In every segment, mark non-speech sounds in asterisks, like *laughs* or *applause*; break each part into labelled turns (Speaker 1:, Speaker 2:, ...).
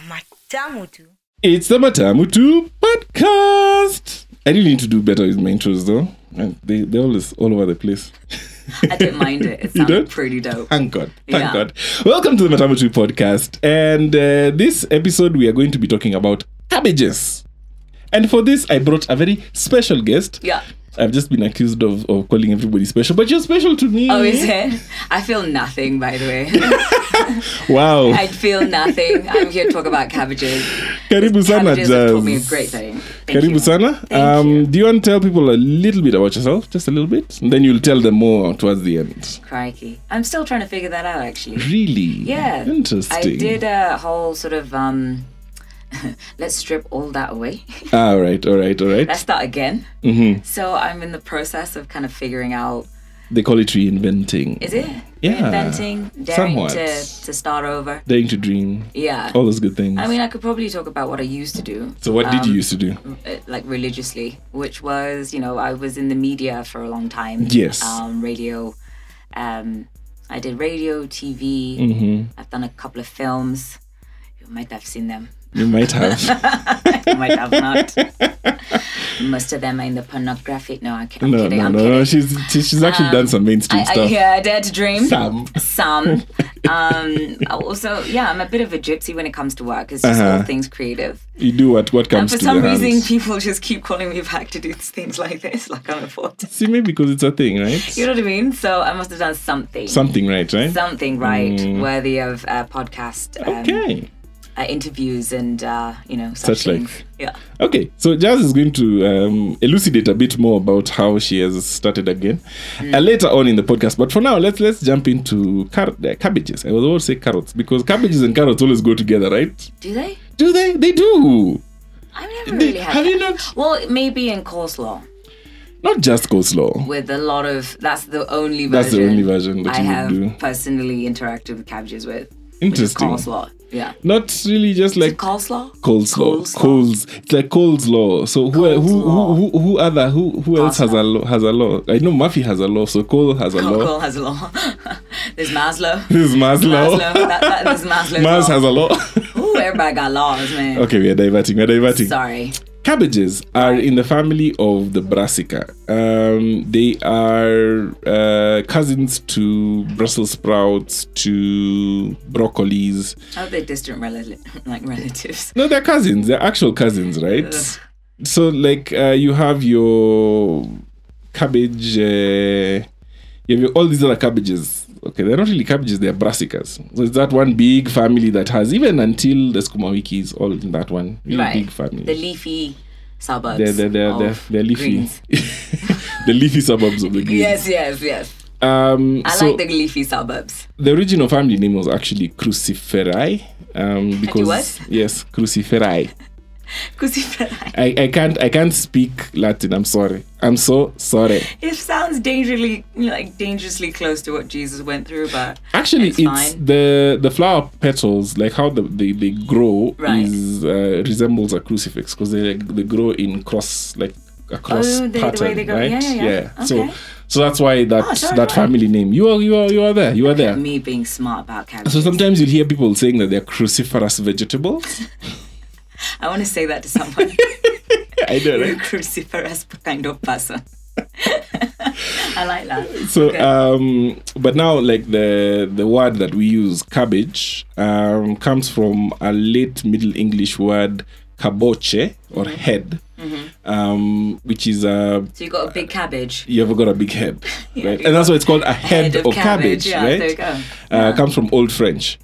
Speaker 1: Matamutu.
Speaker 2: It's the Matamutu podcast. I really need to do better with my intros though. And they they always all over the place.
Speaker 3: I didn't
Speaker 2: *laughs*
Speaker 3: mind it. It
Speaker 2: You
Speaker 3: sounded
Speaker 2: don't?
Speaker 3: pretty dope.
Speaker 2: Thank God. Thank
Speaker 3: Yeah.
Speaker 2: God. Welcome to the Matamutu podcast. And uh, this episode we are going to be talking about cabbages. And for this I brought a very special guest.
Speaker 3: Yeah.
Speaker 2: I've just been accused of, of calling everybody special, but you're special to me.
Speaker 3: Oh, is it? I feel nothing, by the
Speaker 2: *laughs*
Speaker 3: way.
Speaker 2: Wow.
Speaker 3: I feel nothing. I'm here to talk about cabbages.
Speaker 2: Karibu sana,
Speaker 3: Cabbages have taught me a
Speaker 2: Jazz.
Speaker 3: great thing. Thank
Speaker 2: Karibu
Speaker 3: you.
Speaker 2: sana.
Speaker 3: Thank
Speaker 2: Um,
Speaker 3: you.
Speaker 2: do you want to tell people a little bit about yourself? Just a little bit? And then you'll tell them more towards the end.
Speaker 3: Crikey. I'm still trying to figure that out, actually.
Speaker 2: Really?
Speaker 3: Yeah.
Speaker 2: Interesting.
Speaker 3: I did a whole sort of, um, *laughs* let's strip all that away. *laughs*
Speaker 2: All right, all right, all right.
Speaker 3: let's start again.
Speaker 2: Mhm.
Speaker 3: So I'm in the process of kind of figuring out
Speaker 2: They call it reinventing.
Speaker 3: is it?
Speaker 2: Yeah,
Speaker 3: Reinventing, daring
Speaker 2: somewhat.
Speaker 3: to, to start over.
Speaker 2: Daring to dream.
Speaker 3: Yeah.
Speaker 2: All those good things.
Speaker 3: I mean, I could probably talk about what I used to do.
Speaker 2: so, what did
Speaker 3: um,
Speaker 2: you used to do?
Speaker 3: uh, like religiously, which was, you know, I was in the media for a long time.
Speaker 2: Yes.
Speaker 3: Um, radio. Um, I did radio, TV.
Speaker 2: hmm
Speaker 3: I've done a couple of films. You might have seen them.
Speaker 2: You might have.
Speaker 3: You might
Speaker 2: *laughs*
Speaker 3: have not. Most of them are in the pornographic. No, I ca- *laughs* I'm
Speaker 2: no,
Speaker 3: kidding.
Speaker 2: no,
Speaker 3: I'm
Speaker 2: no,
Speaker 3: kidding. Um,
Speaker 2: no. She's, she's she's actually done some mainstream
Speaker 3: I, I,
Speaker 2: stuff.
Speaker 3: yeah, I dare to dream.
Speaker 2: Some. *laughs*
Speaker 3: Some. Um, also, yeah, I'm a bit of a gypsy when it comes to work. It's just all
Speaker 2: Uh-huh.
Speaker 3: things creative.
Speaker 2: You do what, what
Speaker 3: And
Speaker 2: comes
Speaker 3: for
Speaker 2: to your
Speaker 3: some reason,
Speaker 2: hands.
Speaker 3: people just keep calling me back to do things *laughs* like this, like I'm a forte.
Speaker 2: See, maybe because it's a thing, right?
Speaker 3: You know what I mean? So I must have done something.
Speaker 2: Something, right? Right?
Speaker 3: Something right, worthy of uh, podcast um,
Speaker 2: Mm. okay.
Speaker 3: uh, interviews and uh, you know such,
Speaker 2: Such like.
Speaker 3: things. Yeah,
Speaker 2: Okay, so Jazz is going to um, elucidate a bit more about how she has started again uh, later on in the podcast. But for now, let's let's jump into car- uh, cabbages. I was always say carrots because cabbages and carrots always go together, right?
Speaker 3: do they?
Speaker 2: Do they? They do.
Speaker 3: I've never
Speaker 2: They-
Speaker 3: really had.
Speaker 2: have
Speaker 3: that.
Speaker 2: you not?
Speaker 3: Well, maybe in coleslaw
Speaker 2: Not just coleslaw.
Speaker 3: with a lot of. That's the only version.
Speaker 2: That's the only version that
Speaker 3: I
Speaker 2: you would
Speaker 3: have
Speaker 2: do.
Speaker 3: personally interacted with cabbages with. which is
Speaker 2: Interesting.
Speaker 3: Coleslaw. Yeah.
Speaker 2: Not really just like
Speaker 3: Coleslaw.
Speaker 2: coleslaw.
Speaker 3: Coleslaw.
Speaker 2: Coles. It's like coleslaw. So who who
Speaker 3: Coleslaw.
Speaker 2: who who, who other who who else has a law, has a law? I know Murphy has a law. So Cole has a
Speaker 3: *laughs* Cole,
Speaker 2: law.
Speaker 3: Cole has a law. There's Maslow.
Speaker 2: This is Mars law.
Speaker 3: Maslow. That, that, there's Maslow's
Speaker 2: Mars
Speaker 3: law.
Speaker 2: has a law. *laughs*
Speaker 3: Ooh, everybody got laws, man.
Speaker 2: Okay, we are diverting. We are diverting.
Speaker 3: Sorry.
Speaker 2: Cabbages are in the family of the brassica. Um, they are uh, cousins to Brussels sprouts, to broccolis.
Speaker 3: How are they distant relative, like
Speaker 2: *laughs*
Speaker 3: relatives?
Speaker 2: No, they're cousins. They're actual cousins, right?
Speaker 3: Ugh.
Speaker 2: So, like, uh, you have your cabbage. Uh, you have your, all these other cabbages. Okay, they're not really cabbages. They're brassicas. So it's that one big family that has even until the skumawiki is all in that one really big family.
Speaker 3: The leafy suburbs.
Speaker 2: they're they're they're, they're,
Speaker 3: of
Speaker 2: they're leafy
Speaker 3: Greens.
Speaker 2: *laughs* the leafy suburbs of the green
Speaker 3: Yes, yes, yes.
Speaker 2: um
Speaker 3: I
Speaker 2: so
Speaker 3: like the leafy suburbs.
Speaker 2: the original family name was actually cruciferi um because
Speaker 3: what?
Speaker 2: yes cruciferi
Speaker 3: Cruciferi.
Speaker 2: I, I can't i can't speak latin i'm sorry i'm so sorry
Speaker 3: *laughs* It sounds dangerously, like dangerously close to what Jesus went through, but
Speaker 2: actually it's,
Speaker 3: It's fine.
Speaker 2: the the flower petals like how the, they, they grow
Speaker 3: Right.
Speaker 2: is uh, resembles a crucifix because they like, they grow in cross like across
Speaker 3: Oh, the- the way
Speaker 2: pattern
Speaker 3: they go-
Speaker 2: right
Speaker 3: yeah, yeah, yeah.
Speaker 2: so
Speaker 3: Okay.
Speaker 2: so that's why that
Speaker 3: Oh, sorry,
Speaker 2: that
Speaker 3: sorry.
Speaker 2: family name you are you are you are there you are there
Speaker 3: me being smart about cabbages.
Speaker 2: So sometimes you'll hear people saying that they're cruciferous vegetables. *laughs*
Speaker 3: I want to say that to someone.
Speaker 2: I know,
Speaker 3: You're a
Speaker 2: right?
Speaker 3: *laughs* cruciferous kind of person. *laughs* I like that.
Speaker 2: So,
Speaker 3: Okay.
Speaker 2: um, but now, like the the word that we use, cabbage, um, comes from a late Middle English word, caboche or
Speaker 3: Mm-hmm.
Speaker 2: head, um, which is a
Speaker 3: So you got a big cabbage.
Speaker 2: you ever got a big head,
Speaker 3: *laughs* Yeah,
Speaker 2: right?
Speaker 3: you
Speaker 2: And that's why it's called a head,
Speaker 3: of
Speaker 2: of cabbage,
Speaker 3: cabbage. Yeah,
Speaker 2: right?
Speaker 3: there you go.
Speaker 2: Uh, comes from Old French.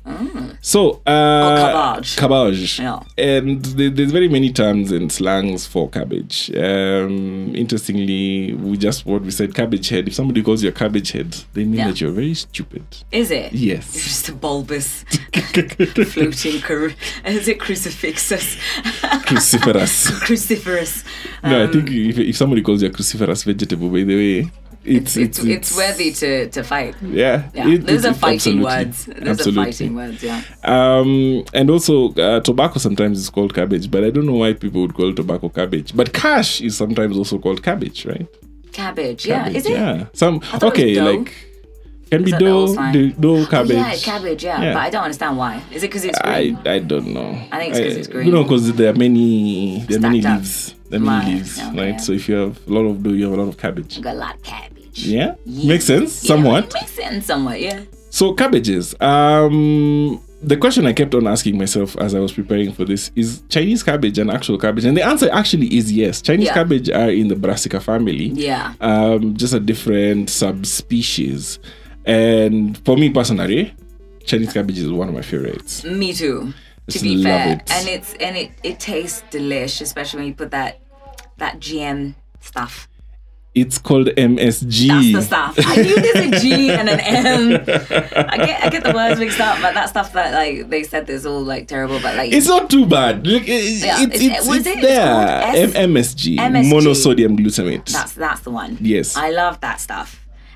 Speaker 2: So, uh,
Speaker 3: Mm. Oh, cabbage.
Speaker 2: Cabbage.
Speaker 3: Yeah.
Speaker 2: And there- there's very many terms and slangs for cabbage. Um, interestingly, we just what we said, cabbage head. If somebody calls you a cabbage head, they mean
Speaker 3: Yeah.
Speaker 2: that you're very stupid.
Speaker 3: Is it? *laughs* It's
Speaker 2: Yes.
Speaker 3: just a bulbous floating cru- is it crucifixus *laughs*
Speaker 2: Cruciferous.
Speaker 3: cruciferous Um,
Speaker 2: no, I think if, if somebody calls you a cruciferous vegetable, by the way, it's
Speaker 3: it's, it's worthy to, to fight
Speaker 2: Yeah,
Speaker 3: yeah
Speaker 2: it-
Speaker 3: those
Speaker 2: it-
Speaker 3: are
Speaker 2: it- absolutely.
Speaker 3: fighting words those
Speaker 2: Absolutely.
Speaker 3: are fighting words yeah
Speaker 2: Um, and also, uh, tobacco sometimes is called cabbage, but I don't know why people would call tobacco cabbage. But cash is sometimes also called cabbage, right?
Speaker 3: cabbage yeah
Speaker 2: Cabbage,
Speaker 3: is it
Speaker 2: Yeah. Some
Speaker 3: thought it was
Speaker 2: okay,
Speaker 3: dough.
Speaker 2: like Can be
Speaker 3: Is that the
Speaker 2: dough,
Speaker 3: old sign? Oh,
Speaker 2: do- dough cabbage.
Speaker 3: Yeah, cabbage. Yeah.
Speaker 2: Yeah.
Speaker 3: but I don't understand why. Is it because it's
Speaker 2: I,
Speaker 3: green?
Speaker 2: I don't know.
Speaker 3: I think it's 'cause it's
Speaker 2: You know,
Speaker 3: green.
Speaker 2: because there are many there are many
Speaker 3: Stacked up.
Speaker 2: leaves. There are many
Speaker 3: Right,
Speaker 2: leaves,
Speaker 3: okay.
Speaker 2: right? So if you have a lot of dough, you have a lot of cabbage.
Speaker 3: I got a lot of cabbage.
Speaker 2: Yeah,
Speaker 3: Yeah.
Speaker 2: makes sense
Speaker 3: Yeah,
Speaker 2: somewhat.
Speaker 3: It makes sense somewhat. Yeah.
Speaker 2: So cabbages. Um, the question I kept on asking myself as I was preparing for this is Chinese cabbage an actual cabbage? And the answer actually is yes. Chinese
Speaker 3: Yeah.
Speaker 2: cabbage are in the Brassica family.
Speaker 3: Yeah.
Speaker 2: um, just a different subspecies. And for me personally, Chinese cabbage is one of my favorites.
Speaker 3: Me too. To
Speaker 2: Just
Speaker 3: be
Speaker 2: love
Speaker 3: fair,
Speaker 2: it.
Speaker 3: and it's and it it tastes delish, especially when you put that that GM stuff.
Speaker 2: It's called MSG.
Speaker 3: That's the stuff. I knew there's a G and an M. I get I get the words mixed up, but that stuff that like they said is all like terrible, but like
Speaker 2: It's not too bad. Look, it,
Speaker 3: Yeah,
Speaker 2: it's,
Speaker 3: it's-
Speaker 2: it's,
Speaker 3: was
Speaker 2: it's
Speaker 3: it- it's
Speaker 2: there. M-
Speaker 3: called S-
Speaker 2: MSG,
Speaker 3: MSG.
Speaker 2: monosodium glutamate.
Speaker 3: that's that's the one.
Speaker 2: Yes.
Speaker 3: I love that stuff.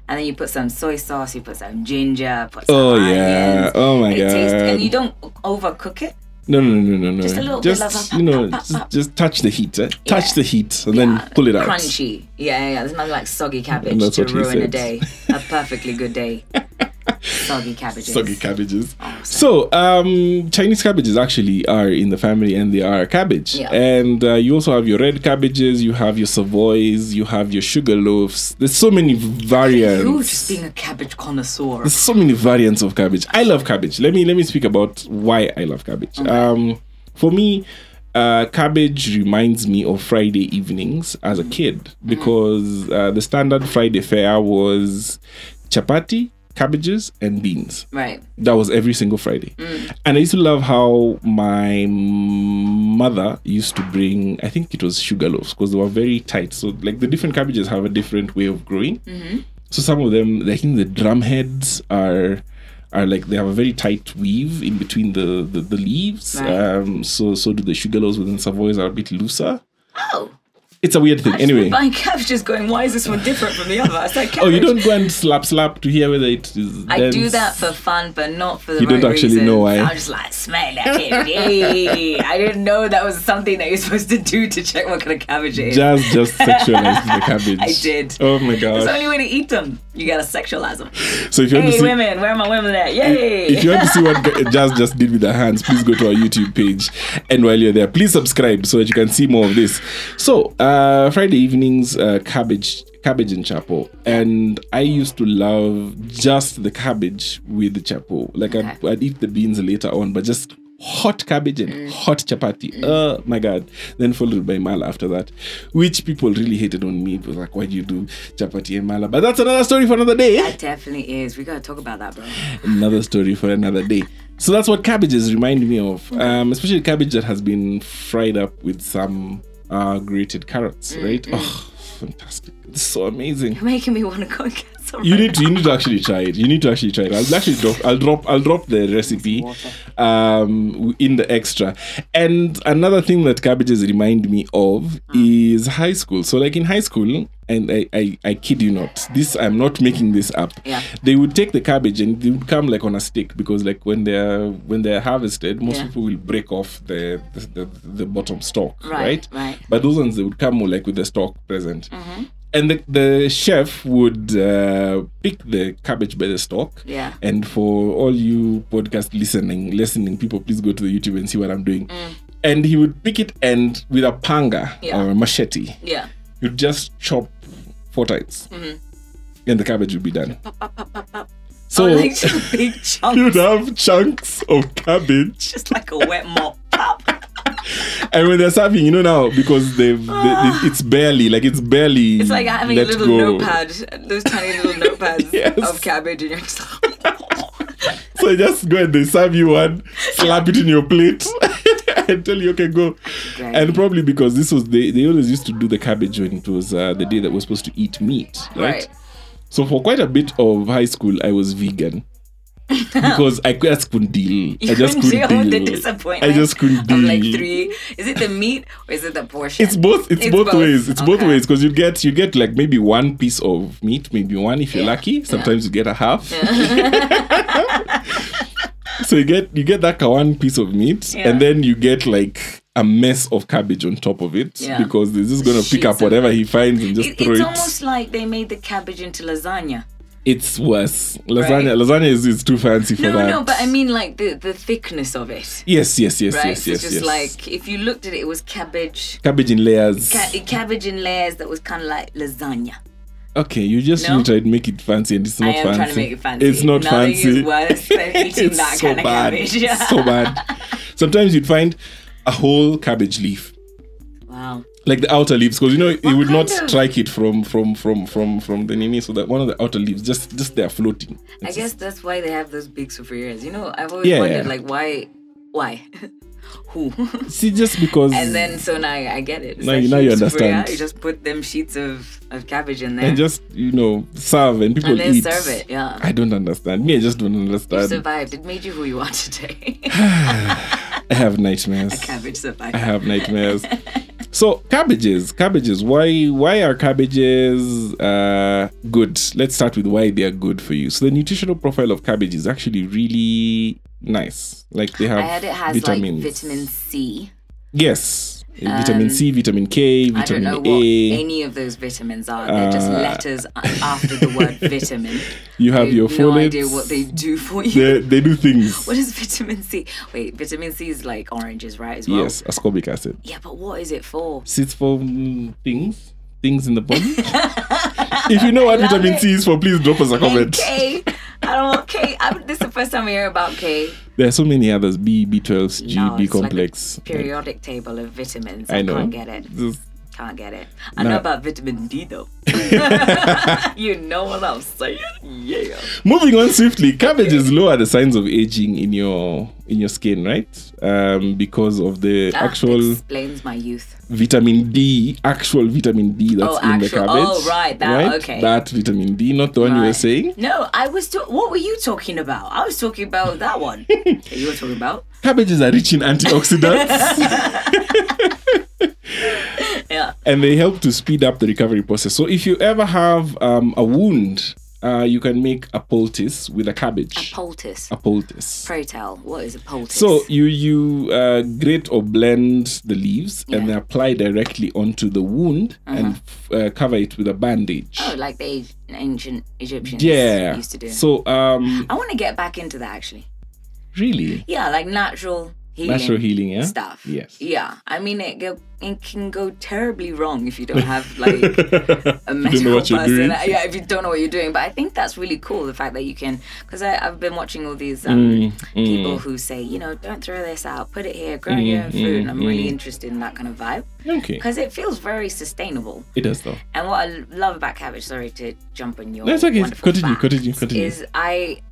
Speaker 3: And then you put some soy sauce, you put some ginger, put some
Speaker 2: Oh,
Speaker 3: onions.
Speaker 2: yeah. Oh, my
Speaker 3: it tastes-
Speaker 2: God.
Speaker 3: and you don't overcook it.
Speaker 2: no, no, no, no, no, no.
Speaker 3: Just a little bit of a-
Speaker 2: you know,
Speaker 3: pop, pop,
Speaker 2: just,
Speaker 3: pop.
Speaker 2: just touch the heat. eh? Touch
Speaker 3: Yeah.
Speaker 2: the heat and then pull it out.
Speaker 3: Crunchy. Yeah, yeah, yeah. There's nothing like soggy
Speaker 2: And
Speaker 3: cabbage
Speaker 2: that's
Speaker 3: to
Speaker 2: what he
Speaker 3: ruin a
Speaker 2: said.
Speaker 3: day. A perfectly
Speaker 2: *laughs*
Speaker 3: good day. soggy cabbages.
Speaker 2: Soggy cabbages. So, um, Chinese cabbages actually are in the family and they are cabbage.
Speaker 3: Yeah.
Speaker 2: And uh, you also have your red cabbages, you have your savoys, you have your sugar loaves. There's so many
Speaker 3: You
Speaker 2: variants.
Speaker 3: just being a cabbage connoisseur.
Speaker 2: There's so many variants of cabbage. I love cabbage. Let me let me speak about why I love cabbage. Um, for me, uh, cabbage reminds me of Friday evenings as a kid because uh, the standard Friday fare was chapati, cabbages, and beans
Speaker 3: Right.
Speaker 2: that was every single Friday.
Speaker 3: Mm.
Speaker 2: And I used to love how my mother used to bring, I think it was sugar loaves because they were very tight. So, like, the different cabbages have a different way of growing.
Speaker 3: Mm-hmm.
Speaker 2: So, some of them, I think the drum heads are. Are like they have a very tight weave in between the the, the leaves.
Speaker 3: Right.
Speaker 2: Um, so so do the sugar loaves within Savoys are a bit looser.
Speaker 3: Oh.
Speaker 2: It's a weird thing. Anyway,
Speaker 3: Buying cabbage is going, why is this one different from the other? It's like
Speaker 2: oh
Speaker 3: cabbage.
Speaker 2: you don't go and slap slap to hear whether it is.
Speaker 3: I do
Speaker 2: dense.
Speaker 3: that for fun, but not for the
Speaker 2: You
Speaker 3: right
Speaker 2: don't actually
Speaker 3: reasons.
Speaker 2: know why.
Speaker 3: I'm just like, smell that cabbage. Hey, I didn't know that was something that you're supposed to do to check what kind of cabbage it is.
Speaker 2: Jazz just sexualized
Speaker 3: *laughs*
Speaker 2: the cabbage.
Speaker 3: I did.
Speaker 2: Oh my
Speaker 3: It's the
Speaker 2: gosh!
Speaker 3: only way to eat them. You gotta sexualize them.
Speaker 2: So if you want to
Speaker 3: Hey,
Speaker 2: see,
Speaker 3: women, where are my women at? Yay!
Speaker 2: if you want to see what Ga- Jazz just did with her hands, please go to our YouTube page. And while you're there, please subscribe so that you can see more of this. So uh, Friday evenings, uh, cabbage, cabbage and chapel, and I used to love just the cabbage with the chapel. Like I'd, I'd eat the beans later on, but just hot cabbage and
Speaker 3: Mm.
Speaker 2: hot chapati. Oh my god! Then followed by mala after that, which people really hated on me. It was like, why do you do chapati and mala? But that's another story for another day.
Speaker 3: That definitely is. We gotta talk about that, bro.
Speaker 2: another story for another day. So that's what cabbages remind me of, um, especially cabbage that has been fried up with some uh, grated carrots, right? Oh, fantastic! It's so amazing.
Speaker 3: You're making me wanna go and get some.
Speaker 2: You need to, you need to actually try it. You need to actually try it. I'll actually drop I'll drop I'll drop the recipe um, in the extra. And another thing that cabbages remind me of is high school. So like in high school, and I, I I kid you not, this I'm not making this up.
Speaker 3: Yeah.
Speaker 2: They would take the cabbage and they would come like on a stick because like when they're when they're harvested, most
Speaker 3: Yeah.
Speaker 2: people will break off the the, the, the bottom stalk,
Speaker 3: Right,
Speaker 2: right?
Speaker 3: right.
Speaker 2: But those ones they would come like with the stalk present
Speaker 3: Mm-hmm.
Speaker 2: and the, the chef would uh, pick the cabbage by the stalk.
Speaker 3: Yeah.
Speaker 2: And for all you podcast listening, listening people, please go to the YouTube and see what I'm doing. And he would pick it and with a panga
Speaker 3: Mm. Yeah.
Speaker 2: or a machete,
Speaker 3: Yeah.
Speaker 2: you'd just chop four times,
Speaker 3: Mm-hmm.
Speaker 2: and the cabbage would be done. So
Speaker 3: So oh, like just big
Speaker 2: *laughs*
Speaker 3: chunks,
Speaker 2: you'd have chunks of cabbage.
Speaker 3: just like a wet mop. Pop.
Speaker 2: and when they're serving, you know now because they've they, they, it's barely like it's barely.
Speaker 3: Ah. It's like having a
Speaker 2: let
Speaker 3: little
Speaker 2: go.
Speaker 3: notepad, those tiny little notepads
Speaker 2: *laughs* Yes.
Speaker 3: of cabbage, and *laughs* you're just like,
Speaker 2: So just go and they serve you one, slap it in your plate, *laughs* and tell you okay go.
Speaker 3: Great.
Speaker 2: And probably because this was they, they always used to do the cabbage when it was uh, the day that we're supposed to eat meat, right?
Speaker 3: Right.
Speaker 2: So for quite a bit of high school, I was
Speaker 3: *laughs*
Speaker 2: vegan. because I just couldn't deal.
Speaker 3: you
Speaker 2: I just
Speaker 3: couldn't
Speaker 2: couldn't
Speaker 3: deal
Speaker 2: deal.
Speaker 3: with the disappointment.
Speaker 2: I just couldn't deal.
Speaker 3: Of like three, is it the meat or is it the portion?
Speaker 2: It's both. It's, both, ways. It's both
Speaker 3: Okay.
Speaker 2: ways because you get you get like maybe one piece of meat, maybe one if you're lucky. Sometimes you get a half. *laughs* so you get you get that ka- one piece of meat,
Speaker 3: Yeah.
Speaker 2: and then you get like a mess of cabbage on top of it
Speaker 3: Yeah.
Speaker 2: because he's just gonna pick
Speaker 3: Sheets
Speaker 2: up
Speaker 3: of-
Speaker 2: whatever he finds and just
Speaker 3: It,
Speaker 2: throw
Speaker 3: it's
Speaker 2: it.
Speaker 3: almost like they made the cabbage into lasagna.
Speaker 2: it's worse. Lasagna,
Speaker 3: Right.
Speaker 2: lasagna is, is too fancy for
Speaker 3: No,
Speaker 2: that.
Speaker 3: no, but I mean like the, the thickness of it,
Speaker 2: yes, yes, yes,
Speaker 3: right?
Speaker 2: yes,
Speaker 3: so
Speaker 2: yes,
Speaker 3: just
Speaker 2: yes.
Speaker 3: like if you looked at it, it was cabbage,
Speaker 2: cabbage in layers.
Speaker 3: ca- cabbage in layers that was kind of like lasagna.
Speaker 2: okay, you just
Speaker 3: No?
Speaker 2: really tried to make it fancy, and it's not
Speaker 3: I am
Speaker 2: fancy.
Speaker 3: trying to make it fancy.
Speaker 2: It's not
Speaker 3: Nothing
Speaker 2: fancy.
Speaker 3: is
Speaker 2: *laughs*
Speaker 3: worse than eating
Speaker 2: it's
Speaker 3: that
Speaker 2: so
Speaker 3: kind of
Speaker 2: bad.
Speaker 3: cabbage.
Speaker 2: It's
Speaker 3: *laughs*
Speaker 2: so bad. Sometimes you'd find a whole cabbage leaf,
Speaker 3: Wow.
Speaker 2: like the outer leaves, because you know you
Speaker 3: What
Speaker 2: would not
Speaker 3: kind of-
Speaker 2: strike it from from from from from the nini, so that one of the outer leaves just just they are floating.
Speaker 3: I
Speaker 2: It's-
Speaker 3: guess that's why they have those big superiors. You know, I've always
Speaker 2: Yeah,
Speaker 3: wondered
Speaker 2: yeah.
Speaker 3: like why, why, *laughs* who, *laughs*
Speaker 2: see, just because
Speaker 3: and then so now I, I get it. It's
Speaker 2: Now
Speaker 3: a
Speaker 2: you- now you
Speaker 3: huge superior.
Speaker 2: understand.
Speaker 3: You just put them sheets of, of cabbage in there
Speaker 2: and just you know serve and people
Speaker 3: and then
Speaker 2: eat.
Speaker 3: serve it. Yeah,
Speaker 2: I don't understand. Me, I just don't
Speaker 3: you
Speaker 2: understand.
Speaker 3: survived. It made you who you
Speaker 2: *laughs*
Speaker 3: are today. *laughs*
Speaker 2: I have nightmares.
Speaker 3: cabbage
Speaker 2: I
Speaker 3: survived.
Speaker 2: have nightmares. so cabbages, cabbages. Why why are cabbages uh, good? Let's start with why they are good for you. So the nutritional profile of cabbage is actually really nice. Like they have
Speaker 3: I heard it has
Speaker 2: vitamins.
Speaker 3: like vitamin C.
Speaker 2: Yes, vitamin C, vitamin K,
Speaker 3: I don't
Speaker 2: vitamin
Speaker 3: know what
Speaker 2: A.
Speaker 3: any of those vitamins are. They're just
Speaker 2: Uh,
Speaker 3: letters a- after the
Speaker 2: *laughs*
Speaker 3: word vitamin.
Speaker 2: you
Speaker 3: I
Speaker 2: have
Speaker 3: have
Speaker 2: your
Speaker 3: no
Speaker 2: folate.
Speaker 3: idea what they do for you.
Speaker 2: they, they do things.
Speaker 3: *laughs* What is vitamin C? Wait, vitamin C is like oranges, right? As well.
Speaker 2: Yes, ascorbic acid.
Speaker 3: Yeah, but what is it for?
Speaker 2: Sits for mm, things, things in the
Speaker 3: *laughs*
Speaker 2: body. if you know what
Speaker 3: Love
Speaker 2: vitamin
Speaker 3: it.
Speaker 2: C is for, please drop us a comment.
Speaker 3: K. I don't want K. I'm, this is the first time I hear about K.
Speaker 2: There are so many others: B, B12, G,
Speaker 3: No,
Speaker 2: B
Speaker 3: it's like a
Speaker 2: complex.
Speaker 3: Periodic table of vitamins. I,
Speaker 2: I know.
Speaker 3: can't get it.
Speaker 2: This-
Speaker 3: Can't get it. I
Speaker 2: Nah.
Speaker 3: know about vitamin D
Speaker 2: *laughs*
Speaker 3: though. you know what I'm saying? Yeah.
Speaker 2: Moving on swiftly, cabbages lower the signs of aging in your in your skin, right? Um, because of the
Speaker 3: That
Speaker 2: actual
Speaker 3: explains my youth.
Speaker 2: vitamin D, actual vitamin D that's
Speaker 3: Oh,
Speaker 2: in the
Speaker 3: actual-
Speaker 2: cabbage.
Speaker 3: oh, right, that- okay.
Speaker 2: That vitamin D, not the one you were
Speaker 3: Right.
Speaker 2: saying.
Speaker 3: No, I was. To- what were you talking about? I was talking about
Speaker 2: *laughs*
Speaker 3: that one. that you were talking about.
Speaker 2: Cabbages are rich in
Speaker 3: *laughs*
Speaker 2: antioxidants
Speaker 3: Yeah.
Speaker 2: and they help to speed up the recovery process. So if you ever have um, a wound, uh, you can make a poultice with a cabbage.
Speaker 3: Poultice.
Speaker 2: A poultice.
Speaker 3: Pray tell, what is a poultice?
Speaker 2: So you you uh, grate or blend the leaves and
Speaker 3: Yeah. Uh-huh.
Speaker 2: apply directly onto the wound and f- uh, cover it with a bandage.
Speaker 3: oh, like the Aj- ancient Egyptians
Speaker 2: yeah.
Speaker 3: used to do.
Speaker 2: So um,
Speaker 3: I want to get back into that actually. *laughs*
Speaker 2: really
Speaker 3: Yeah, like natural healing
Speaker 2: natural healing, yeah.
Speaker 3: stuff.
Speaker 2: Yes.
Speaker 3: Yeah, I mean it. Go, it can go terribly wrong if you
Speaker 2: *laughs*
Speaker 3: don't have like a
Speaker 2: You don't know
Speaker 3: medical
Speaker 2: what you're
Speaker 3: person.
Speaker 2: doing.
Speaker 3: Yeah, if you don't know what you're doing. But I think that's really cool the fact that you can, because I've been watching all these um,
Speaker 2: Mm,
Speaker 3: people who say, you know, don't throw this out, put it here, grow
Speaker 2: Mm,
Speaker 3: your own food. And I'm really interested in that kind of vibe
Speaker 2: Okay.
Speaker 3: because it feels very sustainable.
Speaker 2: It does though.
Speaker 3: And what I love about cabbage, sorry to jump on your.
Speaker 2: No, it's okay.
Speaker 3: wonderful
Speaker 2: Continue,
Speaker 3: fact,
Speaker 2: continue, continue.
Speaker 3: Is I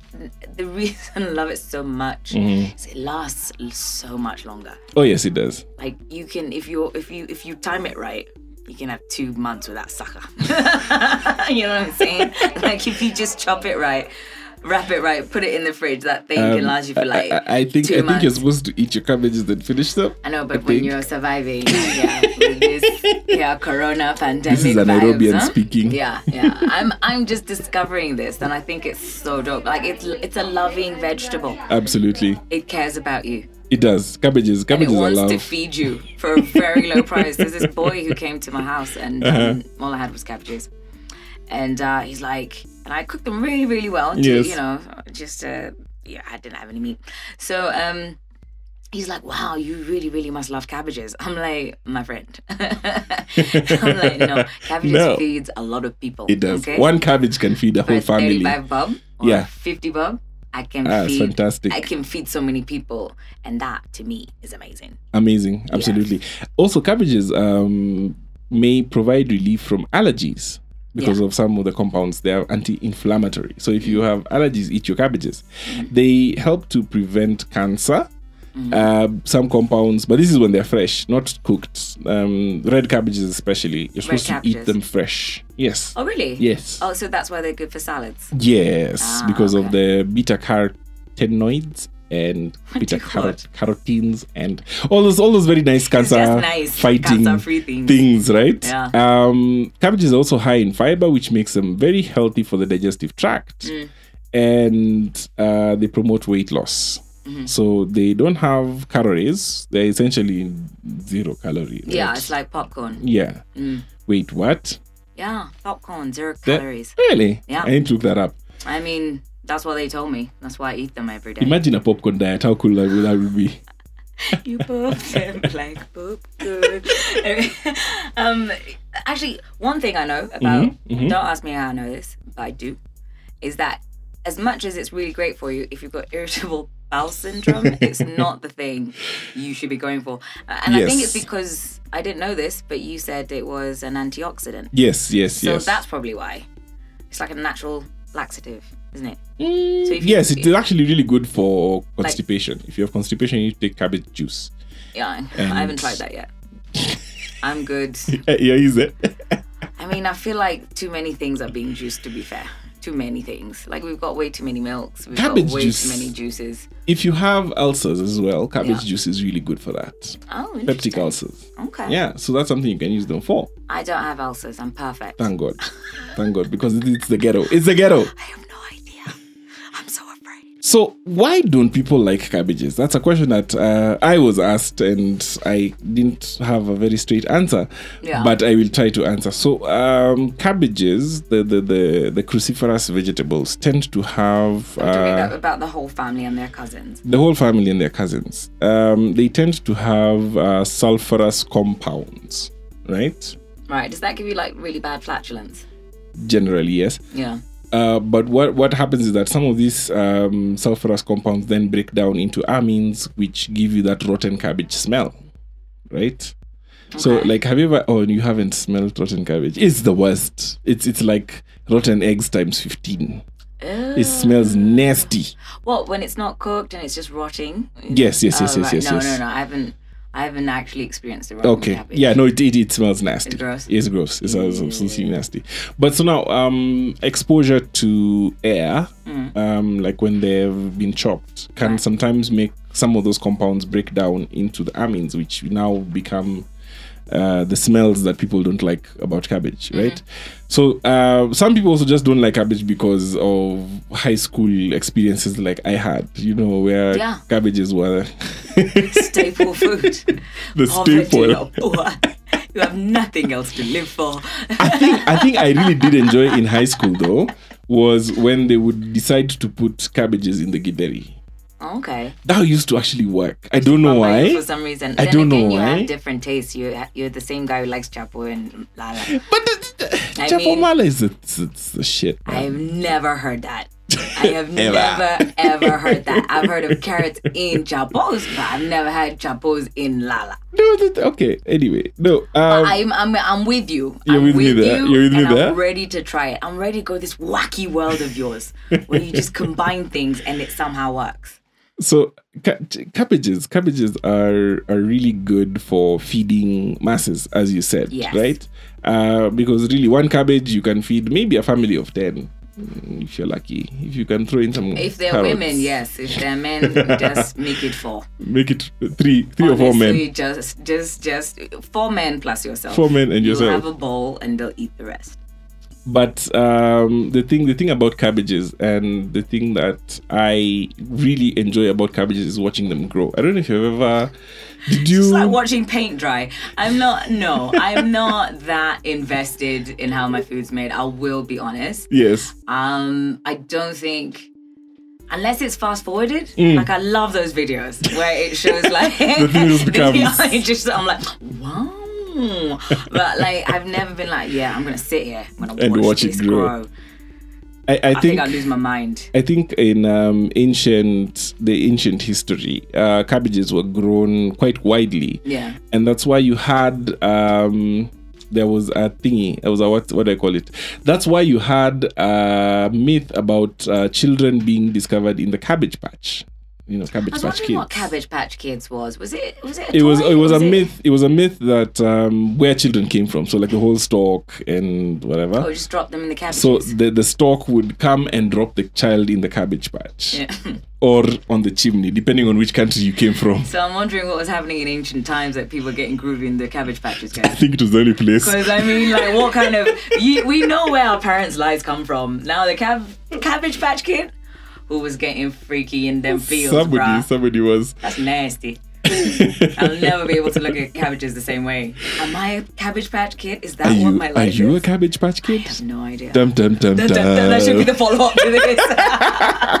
Speaker 3: the reason I love it so much
Speaker 2: Mm-hmm.
Speaker 3: is it lasts so much longer.
Speaker 2: Oh yes, it does.
Speaker 3: Like you can, if you if you if you time it right, you can have two months with that sucker. *laughs* you know what
Speaker 2: *laughs*
Speaker 3: I'm saying? like if you just chop it right, wrap it right, put it in the fridge, that thing can last you for
Speaker 2: Um, I,
Speaker 3: like.
Speaker 2: I- I think
Speaker 3: two
Speaker 2: I think you're
Speaker 3: months.
Speaker 2: supposed to eat your cabbages then finish them.
Speaker 3: I know,
Speaker 2: I
Speaker 3: but when
Speaker 2: think-
Speaker 3: you're surviving, yeah, with this yeah, Corona pandemic,
Speaker 2: This is a
Speaker 3: vibes,
Speaker 2: Nairobian
Speaker 3: huh?
Speaker 2: speaking.
Speaker 3: Yeah, yeah. I'm I'm just discovering this, and I think it's so dope. Like it's it's a loving vegetable.
Speaker 2: Absolutely,
Speaker 3: It cares about you.
Speaker 2: it does. Cabbages,
Speaker 3: It
Speaker 2: cabbages are
Speaker 3: wants to
Speaker 2: love.
Speaker 3: feed you for a very
Speaker 2: *laughs*
Speaker 3: low price. There's this boy who came to my house, and
Speaker 2: Uh-huh.
Speaker 3: um, all I had was cabbages. And uh, he's like, and I cooked them really, really well. Until,
Speaker 2: Yes.
Speaker 3: You know, just uh, yeah, I didn't have any meat, so um, he's like, wow, you really, really must love cabbages. I'm like, my friend. *laughs* I'm like, no, cabbages
Speaker 2: No.
Speaker 3: feeds a lot of people.
Speaker 2: It does. One cabbage can feed a whole
Speaker 3: But
Speaker 2: family.
Speaker 3: 35 bob or
Speaker 2: Yeah.
Speaker 3: 50 bob, I can
Speaker 2: Ah, it's
Speaker 3: feed.
Speaker 2: fantastic.
Speaker 3: I can feed so many people, and that to me is amazing.
Speaker 2: Amazing, absolutely. Also, cabbages um, may provide relief from allergies because of some of the compounds. They are anti-inflammatory. So if you
Speaker 3: Mm.
Speaker 2: have allergies, eat your cabbages. They help to prevent cancer.
Speaker 3: Mm.
Speaker 2: Uh, some compounds, but this is when they're fresh, not cooked. Um, red cabbages, especially, you're supposed to eat
Speaker 3: cabbages.
Speaker 2: them fresh. Yes.
Speaker 3: Oh, really?
Speaker 2: Yes.
Speaker 3: Oh, so that's why they're good for salads.
Speaker 2: Yes,
Speaker 3: Ah,
Speaker 2: because of the beta carotenoids
Speaker 3: *laughs*
Speaker 2: and beta
Speaker 3: God.
Speaker 2: carot- carotenes and all those all those very nice cancer
Speaker 3: just nice,
Speaker 2: fighting
Speaker 3: cancer-free things.
Speaker 2: right?
Speaker 3: Yeah.
Speaker 2: Um, cabbage is also high in fiber, which makes them very healthy for the digestive tract,
Speaker 3: Mm.
Speaker 2: and uh, they promote weight loss.
Speaker 3: Mm-hmm.
Speaker 2: So they don't have calories; they're essentially zero calorie.
Speaker 3: Yeah, Mm.
Speaker 2: right?
Speaker 3: it's like popcorn.
Speaker 2: yeah. Wait, what?
Speaker 3: Yeah, popcorn, zero
Speaker 2: That-
Speaker 3: calories.
Speaker 2: Really?
Speaker 3: Yeah.
Speaker 2: I need to look that up.
Speaker 3: I mean, that's what they told me. That's why I eat them every day.
Speaker 2: Imagine a popcorn diet. How cool that would, that would be.
Speaker 3: you
Speaker 2: *laughs*
Speaker 3: both them like popcorn. um, actually, one thing I know about,
Speaker 2: Mm-hmm,
Speaker 3: don't ask me how I know this, but I do, is that as much as it's really great for you, if you've got irritable bowel
Speaker 2: *laughs*
Speaker 3: syndrome, it's not the thing you should be going for. Uh, And I think it's
Speaker 2: Yes.
Speaker 3: because I didn't know this, but you said it was an antioxidant.
Speaker 2: Yes, yes,
Speaker 3: So
Speaker 2: yes.
Speaker 3: that's probably why. It's like a natural laxative, isn't it?
Speaker 2: Mm,
Speaker 3: so if you-
Speaker 2: yes, it's actually really good for constipation. if you have constipation, you take cabbage juice.
Speaker 3: Yeah,
Speaker 2: And-
Speaker 3: I haven't tried that yet.
Speaker 2: *laughs*
Speaker 3: I'm good.
Speaker 2: Yeah, Eh, yeah, is it?
Speaker 3: I mean, I feel like too many things are being juiced, to be fair. Too many things. Like, we've got way too many milks. We've
Speaker 2: Cabbage
Speaker 3: got way
Speaker 2: juice.
Speaker 3: too many juices.
Speaker 2: if you have ulcers as well, cabbage
Speaker 3: Yeah.
Speaker 2: juice is really good for that.
Speaker 3: Oh,
Speaker 2: Peptic
Speaker 3: interesting.
Speaker 2: ulcers.
Speaker 3: Okay.
Speaker 2: Yeah, so that's something you can use them for.
Speaker 3: I don't have ulcers. I'm perfect.
Speaker 2: Thank God. Thank God, because it- it's the ghetto. It's the ghetto.
Speaker 3: I have no idea. I'm so afraid.
Speaker 2: So, why don't people like cabbages? That's a question that uh, I was asked, and I didn't have a very straight answer.
Speaker 3: Yeah.
Speaker 2: But I will try to answer. So, um, cabbages, the, the the the cruciferous vegetables, tend to have
Speaker 3: Do we
Speaker 2: uh,
Speaker 3: know about the whole family and their cousins?
Speaker 2: the whole family and their cousins. Um, they tend to have uh, sulfurous compounds, right?
Speaker 3: Right. Does that give you, like, really bad flatulence?
Speaker 2: Generally, yes.
Speaker 3: Yeah.
Speaker 2: Uh, but what what happens is that some of these um, sulfurous compounds then break down into amines, which give you that rotten cabbage smell, right? So,
Speaker 3: Okay.
Speaker 2: like, have you ever? Oh, you haven't smelled rotten cabbage. It's the worst. It's it's like rotten eggs times fifteen. It
Speaker 3: Ugh.
Speaker 2: smells nasty.
Speaker 3: What when it's not cooked and it's just rotting?
Speaker 2: Yes, yes, yes,
Speaker 3: Oh,
Speaker 2: yes,
Speaker 3: right.
Speaker 2: yes,
Speaker 3: No,
Speaker 2: yes.
Speaker 3: no, no. I haven't. I haven't actually experienced the rotten
Speaker 2: Okay.
Speaker 3: cabbage.
Speaker 2: Yeah. No. It, it, it smells nasty.
Speaker 3: It's gross. Mm.
Speaker 2: It's gross. It smells absolutely nasty. But so now, um, exposure to air,
Speaker 3: Mm.
Speaker 2: um, like when they've been chopped, can sometimes make some of those compounds break down into the amines, which now become uh, the smells that people don't like about cabbage,
Speaker 3: Mm-hmm.
Speaker 2: right? So uh, some people also just don't like cabbage because of high school experiences like I had, you know, where
Speaker 3: Yeah.
Speaker 2: cabbages were
Speaker 3: *laughs*
Speaker 2: *laughs*
Speaker 3: Staple food.
Speaker 2: the
Speaker 3: Poverty
Speaker 2: staple.
Speaker 3: or poor. *laughs* you have nothing else to live for. *laughs*
Speaker 2: I think I think I really did enjoy in high school though was when they would decide to put cabbages in the gideri.
Speaker 3: okay.
Speaker 2: That used to actually work. I don't know
Speaker 3: Well, For
Speaker 2: why.
Speaker 3: some reason,
Speaker 2: I
Speaker 3: then
Speaker 2: don't know
Speaker 3: again, you
Speaker 2: why.
Speaker 3: have different tastes. You ha- you're the same guy who likes chapo and
Speaker 2: *laughs*
Speaker 3: lala.
Speaker 2: But the, the,
Speaker 3: I
Speaker 2: Chapo
Speaker 3: mean-
Speaker 2: Mala is it's, it's the shit. man.
Speaker 3: I've never
Speaker 2: *laughs*
Speaker 3: heard that. I have
Speaker 2: Ever.
Speaker 3: never ever
Speaker 2: *laughs*
Speaker 3: heard that. I've heard of carrots in chapos, but I've never had chapos in lala.
Speaker 2: No, that, okay. Anyway, no. Um,
Speaker 3: I'm, I'm I'm with you.
Speaker 2: You're
Speaker 3: I'm
Speaker 2: with me there.
Speaker 3: You,
Speaker 2: You're with me
Speaker 3: and
Speaker 2: there.
Speaker 3: I'm ready to try it. I'm ready to go this wacky world of yours where you just combine things and it somehow works.
Speaker 2: so ca- cabbages, cabbages are are really good for feeding masses, as you said,
Speaker 3: Yes.
Speaker 2: right? Uh, because really, one cabbage you can feed maybe a family of ten, mm, if you're lucky. If you can throw in some
Speaker 3: If they're
Speaker 2: carrots.
Speaker 3: women, yes. If they're
Speaker 2: *laughs*
Speaker 3: men, just make it four.
Speaker 2: make it three three or four men
Speaker 3: Honestly, Just just just four men plus yourself.
Speaker 2: four men and
Speaker 3: You'll
Speaker 2: yourself
Speaker 3: have a bowl and they'll eat the rest.
Speaker 2: but um the thing the thing about cabbages and the thing that i really enjoy about cabbages is watching them grow i don't know if you've ever did you
Speaker 3: It's like watching paint dry. I'm not. No, I'm not that invested in how my food's made. I will be honest.
Speaker 2: yes
Speaker 3: Um, I don't think. Unless it's fast forwarded,
Speaker 2: Mm.
Speaker 3: like I love those videos where it shows
Speaker 2: *laughs*
Speaker 3: like *laughs* the
Speaker 2: thing just becomes-
Speaker 3: yeah, it just I'm like, wow. But like I've never been like, yeah, I'm gonna sit here, I'm gonna
Speaker 2: And
Speaker 3: watch,
Speaker 2: watch it
Speaker 3: this
Speaker 2: grow.
Speaker 3: grow.
Speaker 2: i, I,
Speaker 3: I
Speaker 2: think,
Speaker 3: think I'd lose my mind.
Speaker 2: I think in um, ancient the ancient history, uh, cabbages were grown quite widely,
Speaker 3: Yeah.
Speaker 2: and that's why you had um, there was a thingy. There was a what? What do I call it? That's why you had a myth about uh, children being discovered in the cabbage patch. You know, cabbage
Speaker 3: I was
Speaker 2: patch
Speaker 3: wondering
Speaker 2: kids.
Speaker 3: what Cabbage Patch Kids was. Was it? Was it? A
Speaker 2: it was
Speaker 3: toy?
Speaker 2: it was a myth. It was a myth that um, where children came from. So like the whole stalk and whatever.
Speaker 3: Or just drop them in the cabbages.
Speaker 2: So the, the stork would come and drop the child in the cabbage patch
Speaker 3: Yeah.
Speaker 2: or on the chimney, depending on which country you came from. *laughs*
Speaker 3: *laughs* So I'm wondering what was happening in ancient times that people were getting groovy in the cabbage patches,
Speaker 2: I
Speaker 3: guys. *laughs*
Speaker 2: think it was the only place.
Speaker 3: Because I mean, like, what kind of you, we know where our parents' lies come from. Now the cab, cabbage patch kid, who was getting freaky in them fields,
Speaker 2: somebody,
Speaker 3: bruh.
Speaker 2: somebody was.
Speaker 3: That's nasty. I'll never be able to look at cabbages the same way. Am I a cabbage patch kid? Is that
Speaker 2: Are
Speaker 3: what
Speaker 2: you,
Speaker 3: my
Speaker 2: are
Speaker 3: life
Speaker 2: you a
Speaker 3: is?
Speaker 2: Cabbage Patch
Speaker 3: I
Speaker 2: Kid?
Speaker 3: have no idea.
Speaker 2: Dum dum dum
Speaker 3: Dun, dun, dun, that should be
Speaker 2: dum.
Speaker 3: the follow up to this.
Speaker 2: *laughs*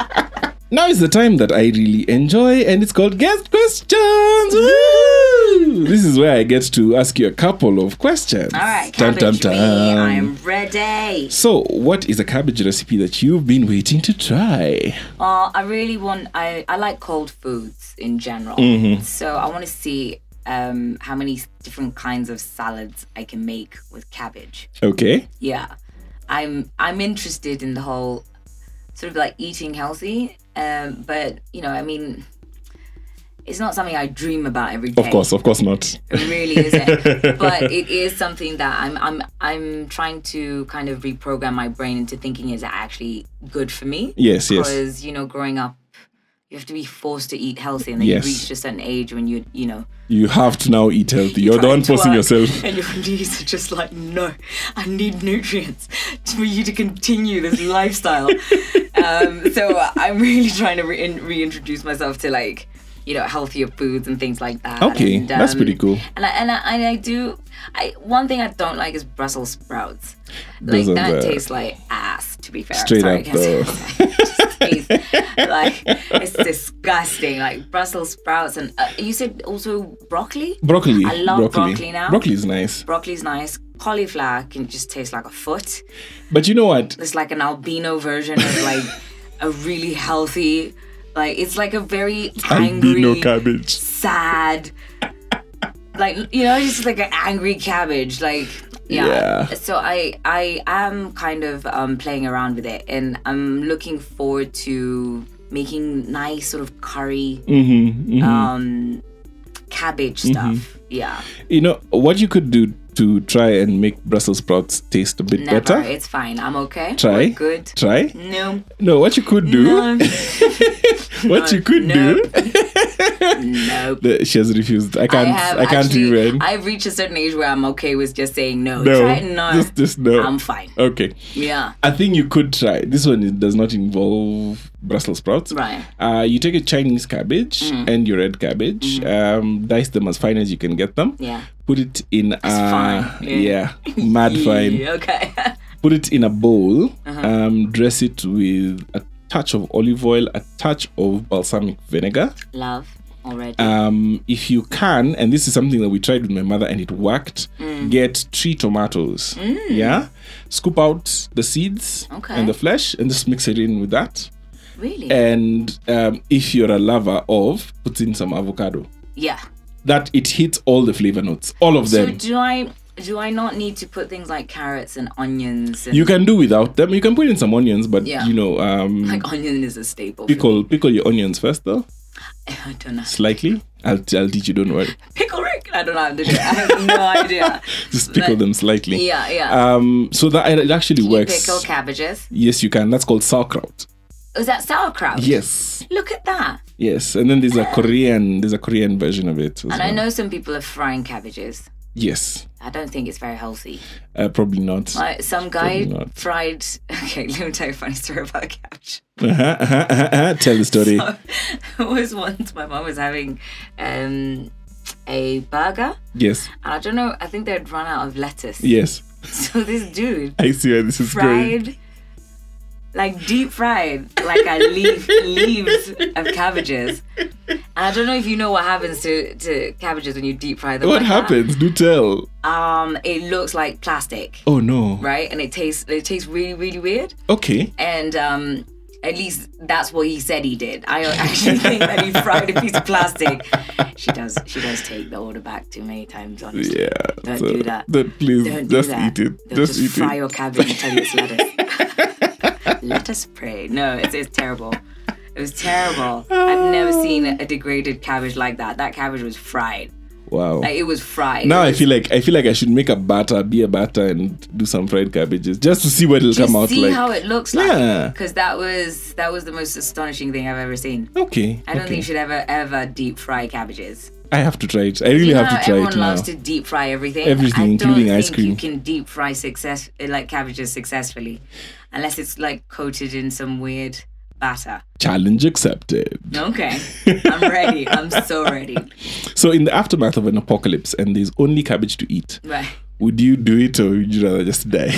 Speaker 2: Now is the time that I really enjoy, and it's called Guest Questions. Woo! This is where I get to ask you a couple of questions.
Speaker 3: All right,
Speaker 2: Dum,
Speaker 3: cabbage
Speaker 2: dum,
Speaker 3: me.
Speaker 2: dum.
Speaker 3: I'm ready.
Speaker 2: So, what is a cabbage recipe that you've been waiting to try?
Speaker 3: Uh, I really want. I I like cold foods in general, so I want to see um, how many different kinds of salads I can make with cabbage.
Speaker 2: Okay.
Speaker 3: Yeah, I'm I'm interested in the whole sort of like eating healthy, um, but you know, I mean, it's not something I dream about every day.
Speaker 2: Of course, of course not.
Speaker 3: It really
Speaker 2: *laughs*
Speaker 3: isn't. but it is something that I'm I'm I'm trying to kind of reprogram my brain into thinking is that actually good for me?
Speaker 2: Yes, yes.
Speaker 3: Because, you know, growing up you have to be forced to eat healthy and then
Speaker 2: Yes.
Speaker 3: you reach a certain age when you you know
Speaker 2: You have to now eat healthy. You're
Speaker 3: try
Speaker 2: the one
Speaker 3: to
Speaker 2: forcing
Speaker 3: work
Speaker 2: yourself.
Speaker 3: and your knees are just like no I need nutrients for you to continue this lifestyle um, so I'm really trying to re- reintroduce myself to like you know healthier foods and things like that
Speaker 2: Okay,
Speaker 3: And, um,
Speaker 2: that's pretty cool.
Speaker 3: and I, and I, and I do. I one thing I don't like is Brussels sprouts. Like
Speaker 2: Those are the-
Speaker 3: that tastes like ass. To be fair,
Speaker 2: Straight
Speaker 3: Sorry,
Speaker 2: up,
Speaker 3: guys. *laughs* It just tastes like it's disgusting. Like Brussels sprouts, and uh, you said also broccoli.
Speaker 2: Broccoli.
Speaker 3: I love broccoli now.
Speaker 2: Broccoli is nice.
Speaker 3: Broccoli's nice. Cauliflower can just taste like a foot.
Speaker 2: But you know what?
Speaker 3: It's like an albino version of like a really healthy. Like it's like a very angry
Speaker 2: Albino cabbage.
Speaker 3: sad like you know just like an angry cabbage like yeah.
Speaker 2: Yeah.
Speaker 3: so i i am kind of um playing around with it and i'm looking forward to making nice sort of curry
Speaker 2: Mm-hmm.
Speaker 3: um cabbage stuff yeah
Speaker 2: You know what you could do to try and make Brussels sprouts taste a bit
Speaker 3: never
Speaker 2: better?
Speaker 3: it's fine i'm okay
Speaker 2: Try.
Speaker 3: We're good
Speaker 2: Try.
Speaker 3: no
Speaker 2: No, what you could do.
Speaker 3: no
Speaker 2: *laughs* what you could do.
Speaker 3: no
Speaker 2: The- she has refused. *laughs* I can't. I, can't
Speaker 3: actually-
Speaker 2: even.
Speaker 3: I've reached a certain age where I'm okay with just saying no.
Speaker 2: no.
Speaker 3: Try it, no.
Speaker 2: Just, just no.
Speaker 3: I'm fine.
Speaker 2: okay.
Speaker 3: Yeah.
Speaker 2: I think you could try. This one it does not involve Brussels sprouts.
Speaker 3: Right. Mm.
Speaker 2: Uh, you take a Chinese cabbage and your red cabbage, um, dice them as fine as you can get them.
Speaker 3: Yeah.
Speaker 2: Put it in a
Speaker 3: fine,
Speaker 2: yeah,
Speaker 3: *laughs* yeah. Uh-huh.
Speaker 2: mad fine.
Speaker 3: Yeah, Okay.
Speaker 2: Put it in a bowl. Um, dress it with a touch of olive oil, a touch of balsamic vinegar.
Speaker 3: Love already.
Speaker 2: um, if you can, and this is something that we tried with my mother and it worked,
Speaker 3: Mm.
Speaker 2: get three tomatoes. Yeah. Scoop out the seeds
Speaker 3: Okay.
Speaker 2: and the flesh and just mix it in with that.
Speaker 3: really?
Speaker 2: eh, And um, if you're a lover of, put in some avocado.
Speaker 3: yeah.
Speaker 2: That it hits all the flavor notes, all of
Speaker 3: So
Speaker 2: them.
Speaker 3: do I do I not need to put things like carrots and onions and
Speaker 2: you can do without them. You can put in some onions, but
Speaker 3: Yeah.
Speaker 2: you know, um,
Speaker 3: *laughs* like onion is a staple. for
Speaker 2: pickle pickle your onions first though,
Speaker 3: me. *laughs* I don't know.
Speaker 2: slightly. I'll, I'll teach you. Don't worry. *laughs*
Speaker 3: Pickle Rick? I don't know how to do it. I have no idea.
Speaker 2: Just pickle
Speaker 3: Like-
Speaker 2: them slightly.
Speaker 3: Yeah, yeah.
Speaker 2: Um, so that it actually
Speaker 3: you
Speaker 2: works.
Speaker 3: pickle cabbages. Oh,
Speaker 2: Yes, you can. That's called sauerkraut.
Speaker 3: Is that sauerkraut?
Speaker 2: Yes,
Speaker 3: Look at that.
Speaker 2: yes. And then there's a Korean, there's a Korean version of it. As
Speaker 3: And
Speaker 2: well.
Speaker 3: I know some people are frying cabbages.
Speaker 2: Yes,
Speaker 3: I don't think it's very healthy.
Speaker 2: uh, probably not.
Speaker 3: Like some guy
Speaker 2: Probably not.
Speaker 3: fried. *laughs* Okay, let me tell you a funny story about cabbage.
Speaker 2: *laughs* Uh-huh, uh-huh, uh-huh. Tell the story.
Speaker 3: *laughs* It was once my mum was having um, a burger,
Speaker 2: yes,
Speaker 3: and I don't know. I think they'd run out of lettuce.
Speaker 2: yes.
Speaker 3: *laughs* So this dude
Speaker 2: I see where this is going.
Speaker 3: fried, like deep fried, like a
Speaker 2: *laughs*
Speaker 3: leaf leaves of cabbages. And I don't know if you know what happens to, to cabbages when you deep fry them.
Speaker 2: What
Speaker 3: like that.
Speaker 2: happens? Do tell.
Speaker 3: Um, it looks like plastic,
Speaker 2: Oh no.
Speaker 3: right? And it tastes it tastes really really weird.
Speaker 2: Okay.
Speaker 3: and um, at least that's what he said he did. I actually think that he fried a piece of plastic. She does. She does take the order back too many times. Honestly,
Speaker 2: Yeah.
Speaker 3: Don't
Speaker 2: so-
Speaker 3: do that.
Speaker 2: Don't please.
Speaker 3: Don't do
Speaker 2: just
Speaker 3: that.
Speaker 2: eat it.
Speaker 3: They'll
Speaker 2: Just,
Speaker 3: just,
Speaker 2: eat
Speaker 3: fry
Speaker 2: it.
Speaker 3: your cabbage
Speaker 2: *laughs*
Speaker 3: until it's lettuce. Let us pray. No, it's, it's terrible. It was terrible. I've never
Speaker 2: Ah.
Speaker 3: seen a degraded cabbage like that. That cabbage was fried.
Speaker 2: Wow.
Speaker 3: Like, it was fried.
Speaker 2: now
Speaker 3: It
Speaker 2: I
Speaker 3: was-
Speaker 2: feel like I feel like I should make a batter, be a batter, and do some fried cabbages just to see what it'll
Speaker 3: just
Speaker 2: come out
Speaker 3: see
Speaker 2: like.
Speaker 3: how it looks like.
Speaker 2: Yeah.
Speaker 3: Because that was that was the most astonishing thing I've ever seen.
Speaker 2: okay.
Speaker 3: I don't
Speaker 2: okay.
Speaker 3: think you should ever ever deep fry cabbages.
Speaker 2: I have to try it. I really
Speaker 3: You know
Speaker 2: have
Speaker 3: how
Speaker 2: to try
Speaker 3: everyone
Speaker 2: it now.
Speaker 3: loves to deep fry everything.
Speaker 2: Everything,
Speaker 3: I don't
Speaker 2: including
Speaker 3: think
Speaker 2: ice cream.
Speaker 3: You can deep eh, fry success like cabbages successfully, unless it's like coated in some weird batter.
Speaker 2: Challenge accepted.
Speaker 3: Okay. I'm ready. I'm so ready.
Speaker 2: So, in the aftermath of an apocalypse and there's only cabbage to eat,
Speaker 3: Right.
Speaker 2: would you do it or would you rather just die?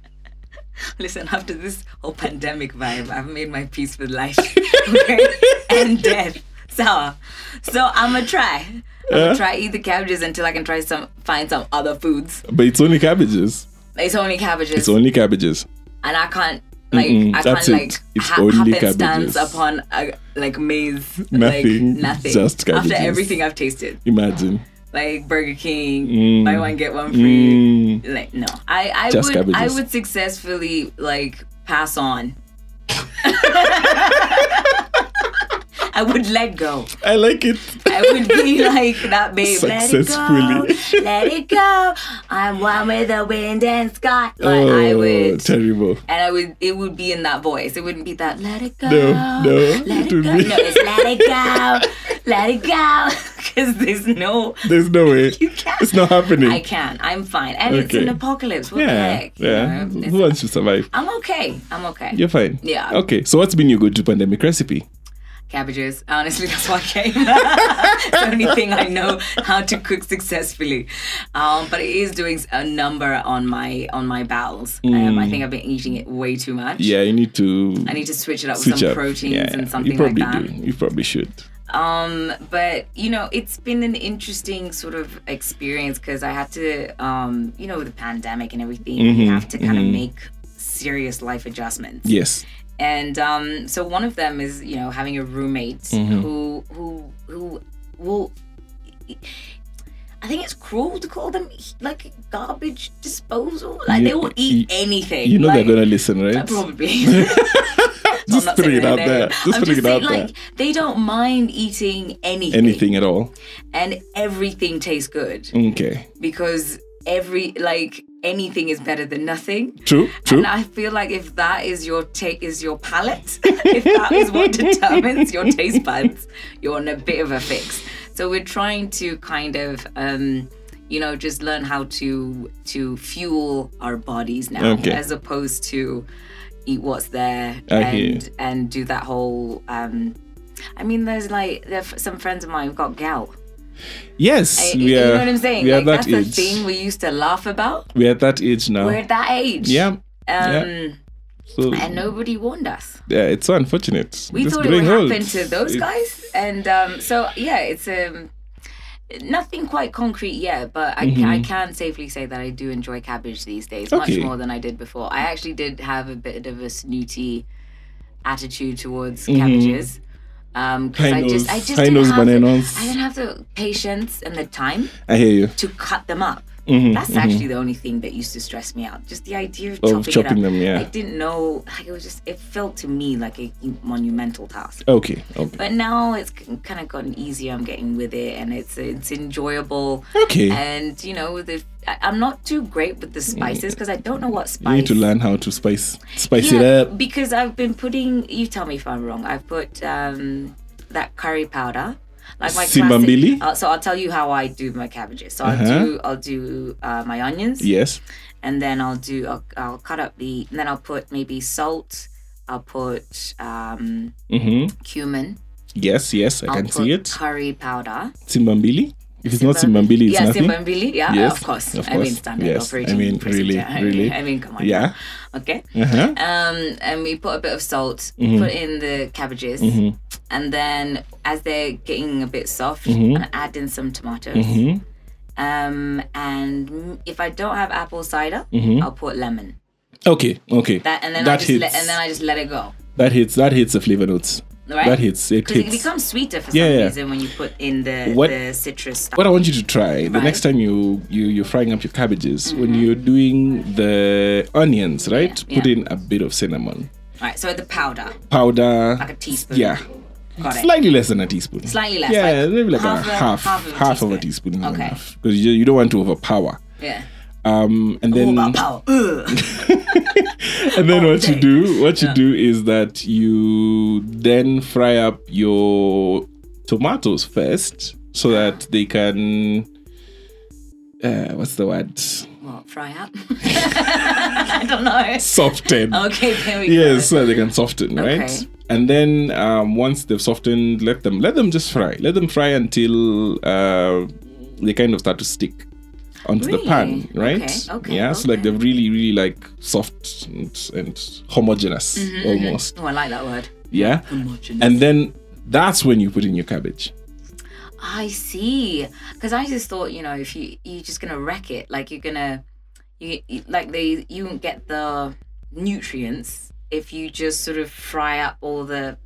Speaker 2: *laughs*
Speaker 3: Listen, after this whole pandemic vibe, I've made my peace with life *laughs* okay? and death. So, so I'm gonna try. I'm
Speaker 2: Uh-huh.
Speaker 3: gonna try eat the cabbages until I can try some find some other foods.
Speaker 2: but it's only cabbages.
Speaker 3: It's only cabbages,
Speaker 2: It's only cabbages.
Speaker 3: and I can't like
Speaker 2: Mm-mm,
Speaker 3: I
Speaker 2: that's
Speaker 3: can't
Speaker 2: it.
Speaker 3: like
Speaker 2: It's only
Speaker 3: happenstance
Speaker 2: cabbages.
Speaker 3: upon a, like maize,
Speaker 2: Nothing,
Speaker 3: like nothing.
Speaker 2: just cabbages.
Speaker 3: After everything I've tasted,
Speaker 2: Imagine.
Speaker 3: like Burger King,
Speaker 2: Mm.
Speaker 3: buy one get one free.
Speaker 2: Mm.
Speaker 3: like no i i
Speaker 2: Just
Speaker 3: would i
Speaker 2: cabbages.
Speaker 3: would successfully like pass on *laughs* i would let go
Speaker 2: I like it.
Speaker 3: i
Speaker 2: *laughs*
Speaker 3: would be like that babe
Speaker 2: Successfully.
Speaker 3: let it go let it go i'm one with the wind and sky like i
Speaker 2: oh,
Speaker 3: would
Speaker 2: terrible.
Speaker 3: and I would, it would be in that voice. It wouldn't be that. Let it go.
Speaker 2: No, no,
Speaker 3: Let
Speaker 2: it
Speaker 3: it,
Speaker 2: would
Speaker 3: go.
Speaker 2: be-
Speaker 3: No, it's let it go. Let it go. *laughs* Because there's no.
Speaker 2: There's no way.
Speaker 3: *laughs* You can't.
Speaker 2: It's not happening.
Speaker 3: I can. I'm fine. And it's
Speaker 2: Okay.
Speaker 3: an apocalypse. What the
Speaker 2: yeah,
Speaker 3: heck? you
Speaker 2: yeah.
Speaker 3: know?
Speaker 2: Who wants to survive?
Speaker 3: I'm okay. I'm okay.
Speaker 2: You're fine.
Speaker 3: Yeah.
Speaker 2: Okay. So, what's been your go-to pandemic recipe?
Speaker 3: Cabbages. Honestly, *laughs* that's what came. the only thing I know how to cook successfully. Um, but it is doing a number on my on my bowels. Um, I think I've been eating it way too much.
Speaker 2: Mm. Yeah, you need to
Speaker 3: I need to switch it up with
Speaker 2: switch
Speaker 3: some
Speaker 2: up.
Speaker 3: proteins
Speaker 2: Yeah,
Speaker 3: and something
Speaker 2: you probably
Speaker 3: like that.
Speaker 2: do. You probably should.
Speaker 3: Um, but you know, it's been an interesting sort of experience because I had to, um, you know, with the pandemic and everything, you
Speaker 2: Mm-hmm,
Speaker 3: have to kind of make serious life adjustments.
Speaker 2: Yes.
Speaker 3: and um, so one of them is you know having a roommate
Speaker 2: Mm-hmm.
Speaker 3: who who who will I think it's cruel to call them like garbage disposal. Like
Speaker 2: You-
Speaker 3: they will eat
Speaker 2: you-
Speaker 3: anything.
Speaker 2: You know
Speaker 3: like,
Speaker 2: they're gonna listen, right? *laughs*
Speaker 3: *laughs* probably. I'm
Speaker 2: just
Speaker 3: not
Speaker 2: putting
Speaker 3: saying
Speaker 2: it
Speaker 3: their
Speaker 2: out
Speaker 3: name.
Speaker 2: there. Just
Speaker 3: I'm
Speaker 2: putting
Speaker 3: just
Speaker 2: it out
Speaker 3: saying,
Speaker 2: there.
Speaker 3: like they don't mind eating anything,
Speaker 2: Anything at all?
Speaker 3: and everything tastes good
Speaker 2: Okay.
Speaker 3: because every like anything is better than nothing.
Speaker 2: True. True.
Speaker 3: And I feel like if that is your take, is your palate, *laughs* if that is what *laughs* determines your taste buds, you're on a bit of a fix. So we're trying to kind of, um, you know, just learn how to to fuel our bodies now,
Speaker 2: Okay.
Speaker 3: as opposed to eat what's there
Speaker 2: I hear you.
Speaker 3: and and do that whole. Um, I mean, there's like there are some friends of mine who've got gout.
Speaker 2: Yes.
Speaker 3: I-
Speaker 2: we
Speaker 3: you
Speaker 2: are.
Speaker 3: know what I'm saying?
Speaker 2: We are
Speaker 3: Like,
Speaker 2: that
Speaker 3: that's the
Speaker 2: age.
Speaker 3: thing we used to laugh about.
Speaker 2: We're at that age now.
Speaker 3: We're at that age.
Speaker 2: yeah.
Speaker 3: Um,
Speaker 2: So
Speaker 3: and nobody warned us.
Speaker 2: yeah, it's so unfortunate.
Speaker 3: We
Speaker 2: Just
Speaker 3: thought it would
Speaker 2: growing old.
Speaker 3: happen to those
Speaker 2: It-
Speaker 3: guys, and um, so yeah, it's um, nothing quite concrete yet, but I, I can safely say that I do enjoy cabbage these days
Speaker 2: Mm-hmm. Okay.
Speaker 3: much more than I did before. I actually did have a bit of a snooty attitude towards cabbages. Um, because
Speaker 2: Mm-hmm. High
Speaker 3: I just,
Speaker 2: nose-
Speaker 3: I just
Speaker 2: high
Speaker 3: didn't
Speaker 2: nose
Speaker 3: have the-
Speaker 2: bananas.
Speaker 3: I didn't have the patience and the time
Speaker 2: I hear you.
Speaker 3: to cut them up.
Speaker 2: Mhm,
Speaker 3: That's actually the only thing that used to stress me out. Just the idea of chopping,
Speaker 2: Of chopping
Speaker 3: it up.
Speaker 2: them.
Speaker 3: I
Speaker 2: Yeah.
Speaker 3: didn't know. Like, it was just. It felt to me like a monumental task.
Speaker 2: Okay. Okay.
Speaker 3: But now it's kind of gotten easier. I'm getting with it, and it's it's enjoyable.
Speaker 2: Okay.
Speaker 3: And you know, the, I- I'm not too great with the spices because I don't know what spice.
Speaker 2: Mm. You need to learn how to spice spice
Speaker 3: Yeah,
Speaker 2: it up.
Speaker 3: because I've been putting. You tell me if I'm wrong. I've put um, that curry powder. Like my classic-
Speaker 2: Simbambili?
Speaker 3: Uh, so I'll tell you how I do my cabbages. So
Speaker 2: Uh-huh.
Speaker 3: I'll do I'll do uh, my onions
Speaker 2: Yes.
Speaker 3: and then I'll do I'll, I'll cut up the and then I'll put maybe salt. I'll put um,
Speaker 2: Mm-hmm.
Speaker 3: cumin.
Speaker 2: Yes. Yes. I
Speaker 3: I'll
Speaker 2: can
Speaker 3: put
Speaker 2: see it.
Speaker 3: curry powder.
Speaker 2: Simbambili. If it's not Simbambili, it's
Speaker 3: yeah,
Speaker 2: nothing.
Speaker 3: Simbambili. Yeah,
Speaker 2: Yes,
Speaker 3: of, course.
Speaker 2: of
Speaker 3: I mean
Speaker 2: course.
Speaker 3: standard
Speaker 2: Yes, I
Speaker 3: operating
Speaker 2: mean,
Speaker 3: procedure.
Speaker 2: really,
Speaker 3: *laughs* I
Speaker 2: really.
Speaker 3: I mean, come on.
Speaker 2: Yeah.
Speaker 3: now. Okay.
Speaker 2: Uh-huh.
Speaker 3: Um, and we put a bit of salt.
Speaker 2: Mm-hmm.
Speaker 3: Put in the cabbages, and then as they're getting a bit soft,
Speaker 2: Mm-hmm.
Speaker 3: and add in some tomatoes.
Speaker 2: Mhm.
Speaker 3: Um, and mm, if I don't have apple cider, I'll put lemon.
Speaker 2: Okay. Okay.
Speaker 3: That and then I
Speaker 2: Mm-hmm. that
Speaker 3: just
Speaker 2: hits.
Speaker 3: let, and then I just let it go.
Speaker 2: that hits. That hits the flavor notes.
Speaker 3: Right?
Speaker 2: That hits. It
Speaker 3: Because it
Speaker 2: hits.
Speaker 3: becomes sweeter for
Speaker 2: Yeah,
Speaker 3: some
Speaker 2: yeah.
Speaker 3: reason when you put in the,
Speaker 2: What-
Speaker 3: the citrus stuff.
Speaker 2: what I want you to try the
Speaker 3: Right. Mm-hmm.
Speaker 2: next time you, you you're frying up your cabbages when you're doing the onions, right?
Speaker 3: Yeah,
Speaker 2: Put
Speaker 3: yeah.
Speaker 2: in a bit of cinnamon
Speaker 3: right, so the powder,
Speaker 2: powder.
Speaker 3: like a teaspoon.
Speaker 2: yeah,
Speaker 3: Got it.
Speaker 2: slightly less than a teaspoon.
Speaker 3: Slightly less,
Speaker 2: Yeah,
Speaker 3: like
Speaker 2: maybe like
Speaker 3: half
Speaker 2: a,
Speaker 3: a-
Speaker 2: half
Speaker 3: half of a
Speaker 2: half of a
Speaker 3: teaspoon.
Speaker 2: teaspoon is
Speaker 3: Okay.
Speaker 2: enough because you, you don't want to overpower.
Speaker 3: yeah.
Speaker 2: Um, and
Speaker 3: All
Speaker 2: then *laughs*
Speaker 3: about power. Oh, Ugh.
Speaker 2: and then
Speaker 3: all
Speaker 2: what you
Speaker 3: day.
Speaker 2: do what you do is that you then fry up your tomatoes first so that they can uh, what's the word
Speaker 3: What, fry up? *laughs* I don't know.
Speaker 2: Soften.
Speaker 3: Okay, there we go.
Speaker 2: Yes, so that they can soften, right?
Speaker 3: Okay.
Speaker 2: And then um, once they've softened, let them let them just fry. Let them fry until uh, they kind of start to stick onto the pan,
Speaker 3: Really?
Speaker 2: right?
Speaker 3: Okay, okay,
Speaker 2: yeah, so like
Speaker 3: okay.
Speaker 2: they're really, really like soft and, and homogeneous almost.
Speaker 3: Oh, I like that word.
Speaker 2: Yeah.
Speaker 3: Homogeneous.
Speaker 2: And then that's when you put in your cabbage.
Speaker 3: I see. Because I just thought, you know, if you you're just gonna wreck it, like you're gonna, you you- like they you won't get the nutrients if you just sort of fry up all the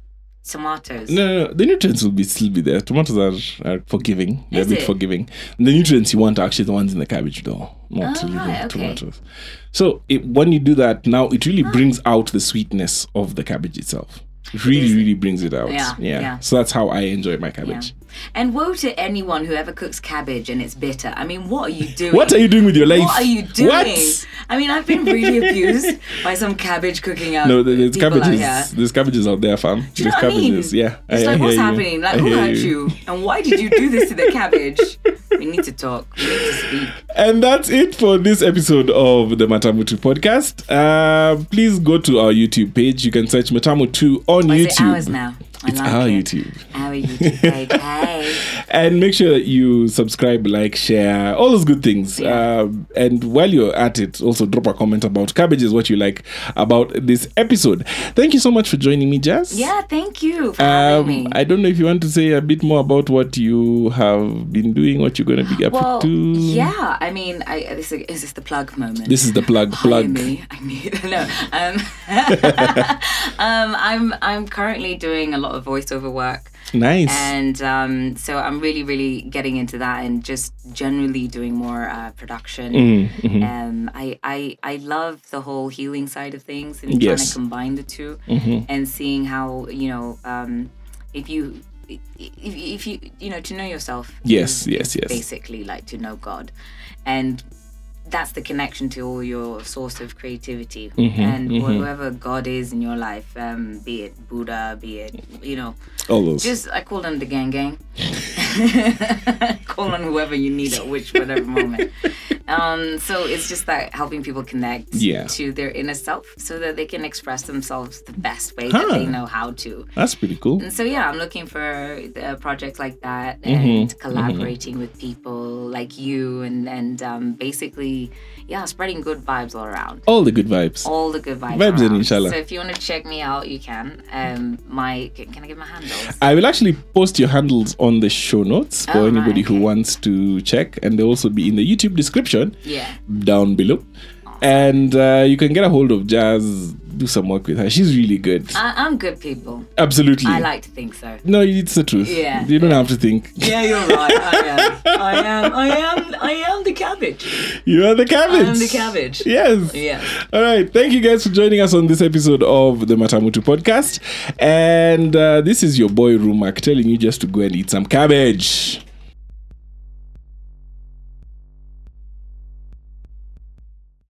Speaker 3: tomatoes.
Speaker 2: No, no, no, the nutrients will be still be there. Tomatoes are, are forgiving. They're
Speaker 3: Is
Speaker 2: a bit
Speaker 3: it?
Speaker 2: forgiving. The nutrients you want are actually the ones in the cabbage though, not
Speaker 3: Ah,
Speaker 2: really the
Speaker 3: right, okay.
Speaker 2: tomatoes. So it, when you do that now, it
Speaker 3: Ah.
Speaker 2: really brings out the sweetness of the cabbage itself. It really, really brings it out.
Speaker 3: Yeah, yeah.
Speaker 2: So that's how I enjoy my cabbage.
Speaker 3: And woe to anyone who ever cooks cabbage and it's bitter. I mean, what are you doing?
Speaker 2: *laughs* What are you doing with your life?
Speaker 3: What are you doing?
Speaker 2: What?
Speaker 3: I mean, I've been really abused by some cabbage cooking out.
Speaker 2: No, there- there's
Speaker 3: people out here.
Speaker 2: cabbages. There's cabbages out there, fam.
Speaker 3: Do you
Speaker 2: there's
Speaker 3: know what I mean?
Speaker 2: cabbages. Yeah.
Speaker 3: It's
Speaker 2: I, I
Speaker 3: like, what's
Speaker 2: hear you.
Speaker 3: happening? Like,
Speaker 2: I
Speaker 3: who
Speaker 2: hear
Speaker 3: hurt you? And why did you do this to the cabbage? we need to talk. We need to speak.
Speaker 2: And that's it for this episode of the Matamutu podcast. Uh, please go to our YouTube page. You can search Matamutu on
Speaker 3: Is
Speaker 2: YouTube.
Speaker 3: it ours now? I
Speaker 2: It's
Speaker 3: like
Speaker 2: our
Speaker 3: it.
Speaker 2: YouTube.
Speaker 3: Our YouTube page. Hey.
Speaker 2: *laughs* And make sure that you subscribe, like, share, all those good things.
Speaker 3: Yeah.
Speaker 2: Um, and while you're at it, also drop a comment about cabbages, what you like about this episode. Thank you so much for joining me, Jazz.
Speaker 3: Yeah, thank you for having me.
Speaker 2: Um, I don't know if you want to say a bit more about what you have been doing, what you're going to be up
Speaker 3: well,
Speaker 2: to.
Speaker 3: yeah. I mean, I, this is, is this the plug moment?
Speaker 2: This is the plug,
Speaker 3: Hire
Speaker 2: plug.
Speaker 3: me. I knew. *laughs* No. Um, um, *laughs* I'm I'm currently doing a lot of voiceover work.
Speaker 2: Nice.
Speaker 3: And um, so I'm really, really getting into that and just generally doing more uh, production.
Speaker 2: Mm, mm-hmm.
Speaker 3: Um, I, I, I love the whole healing side of things and trying
Speaker 2: Yes. Mm-hmm.
Speaker 3: to combine the 2 and seeing how, you know, um, if you, if, if you, you know, to know yourself.
Speaker 2: Yes,
Speaker 3: is-
Speaker 2: yes,
Speaker 3: is
Speaker 2: yes.
Speaker 3: Basically, like to know God. And that's the connection to all your source of creativity
Speaker 2: Mm-hmm,
Speaker 3: and whoever God is in your life, um, be it Buddha, be it, you know,
Speaker 2: all those.
Speaker 3: just I call them the
Speaker 2: *laughs*
Speaker 3: gang gang. call on whoever you need at which whatever moment. Um, so it's just that helping people connect
Speaker 2: Yeah.
Speaker 3: to their inner self so that they can express themselves the best way that they
Speaker 2: Huh.
Speaker 3: know how to.
Speaker 2: That's pretty cool.
Speaker 3: And so yeah, I'm looking for uh, projects like that
Speaker 2: Mm-hmm.
Speaker 3: and collaborating with people like you and and um, basically yeah, spreading good vibes all around
Speaker 2: All the good vibes.
Speaker 3: all the good vibes.
Speaker 2: Vibes in,
Speaker 3: around.
Speaker 2: inshallah.
Speaker 3: So if you want to check me out, you can. Um, my can, can I give my handles?
Speaker 2: I will actually post your handles on the show notes for
Speaker 3: Oh, right,
Speaker 2: anybody who
Speaker 3: okay.
Speaker 2: wants to check, and they'll also be in the YouTube description
Speaker 3: Yeah.
Speaker 2: down below. And uh, you can get a hold of Jazz, do some work with her. She's really good.
Speaker 3: I, I'm good people.
Speaker 2: Absolutely.
Speaker 3: I like to think so.
Speaker 2: no, it's the truth.
Speaker 3: Yeah.
Speaker 2: You don't have to think.
Speaker 3: Yeah, you're right. I am. I am. I am. I am the cabbage.
Speaker 2: You are the cabbage.
Speaker 3: the cabbage.
Speaker 2: Yes.
Speaker 3: Yeah.
Speaker 2: All right. Thank you guys for joining us on this episode of the Matamutu podcast. And uh, this is your boy Rumak telling you just to go and eat some cabbage.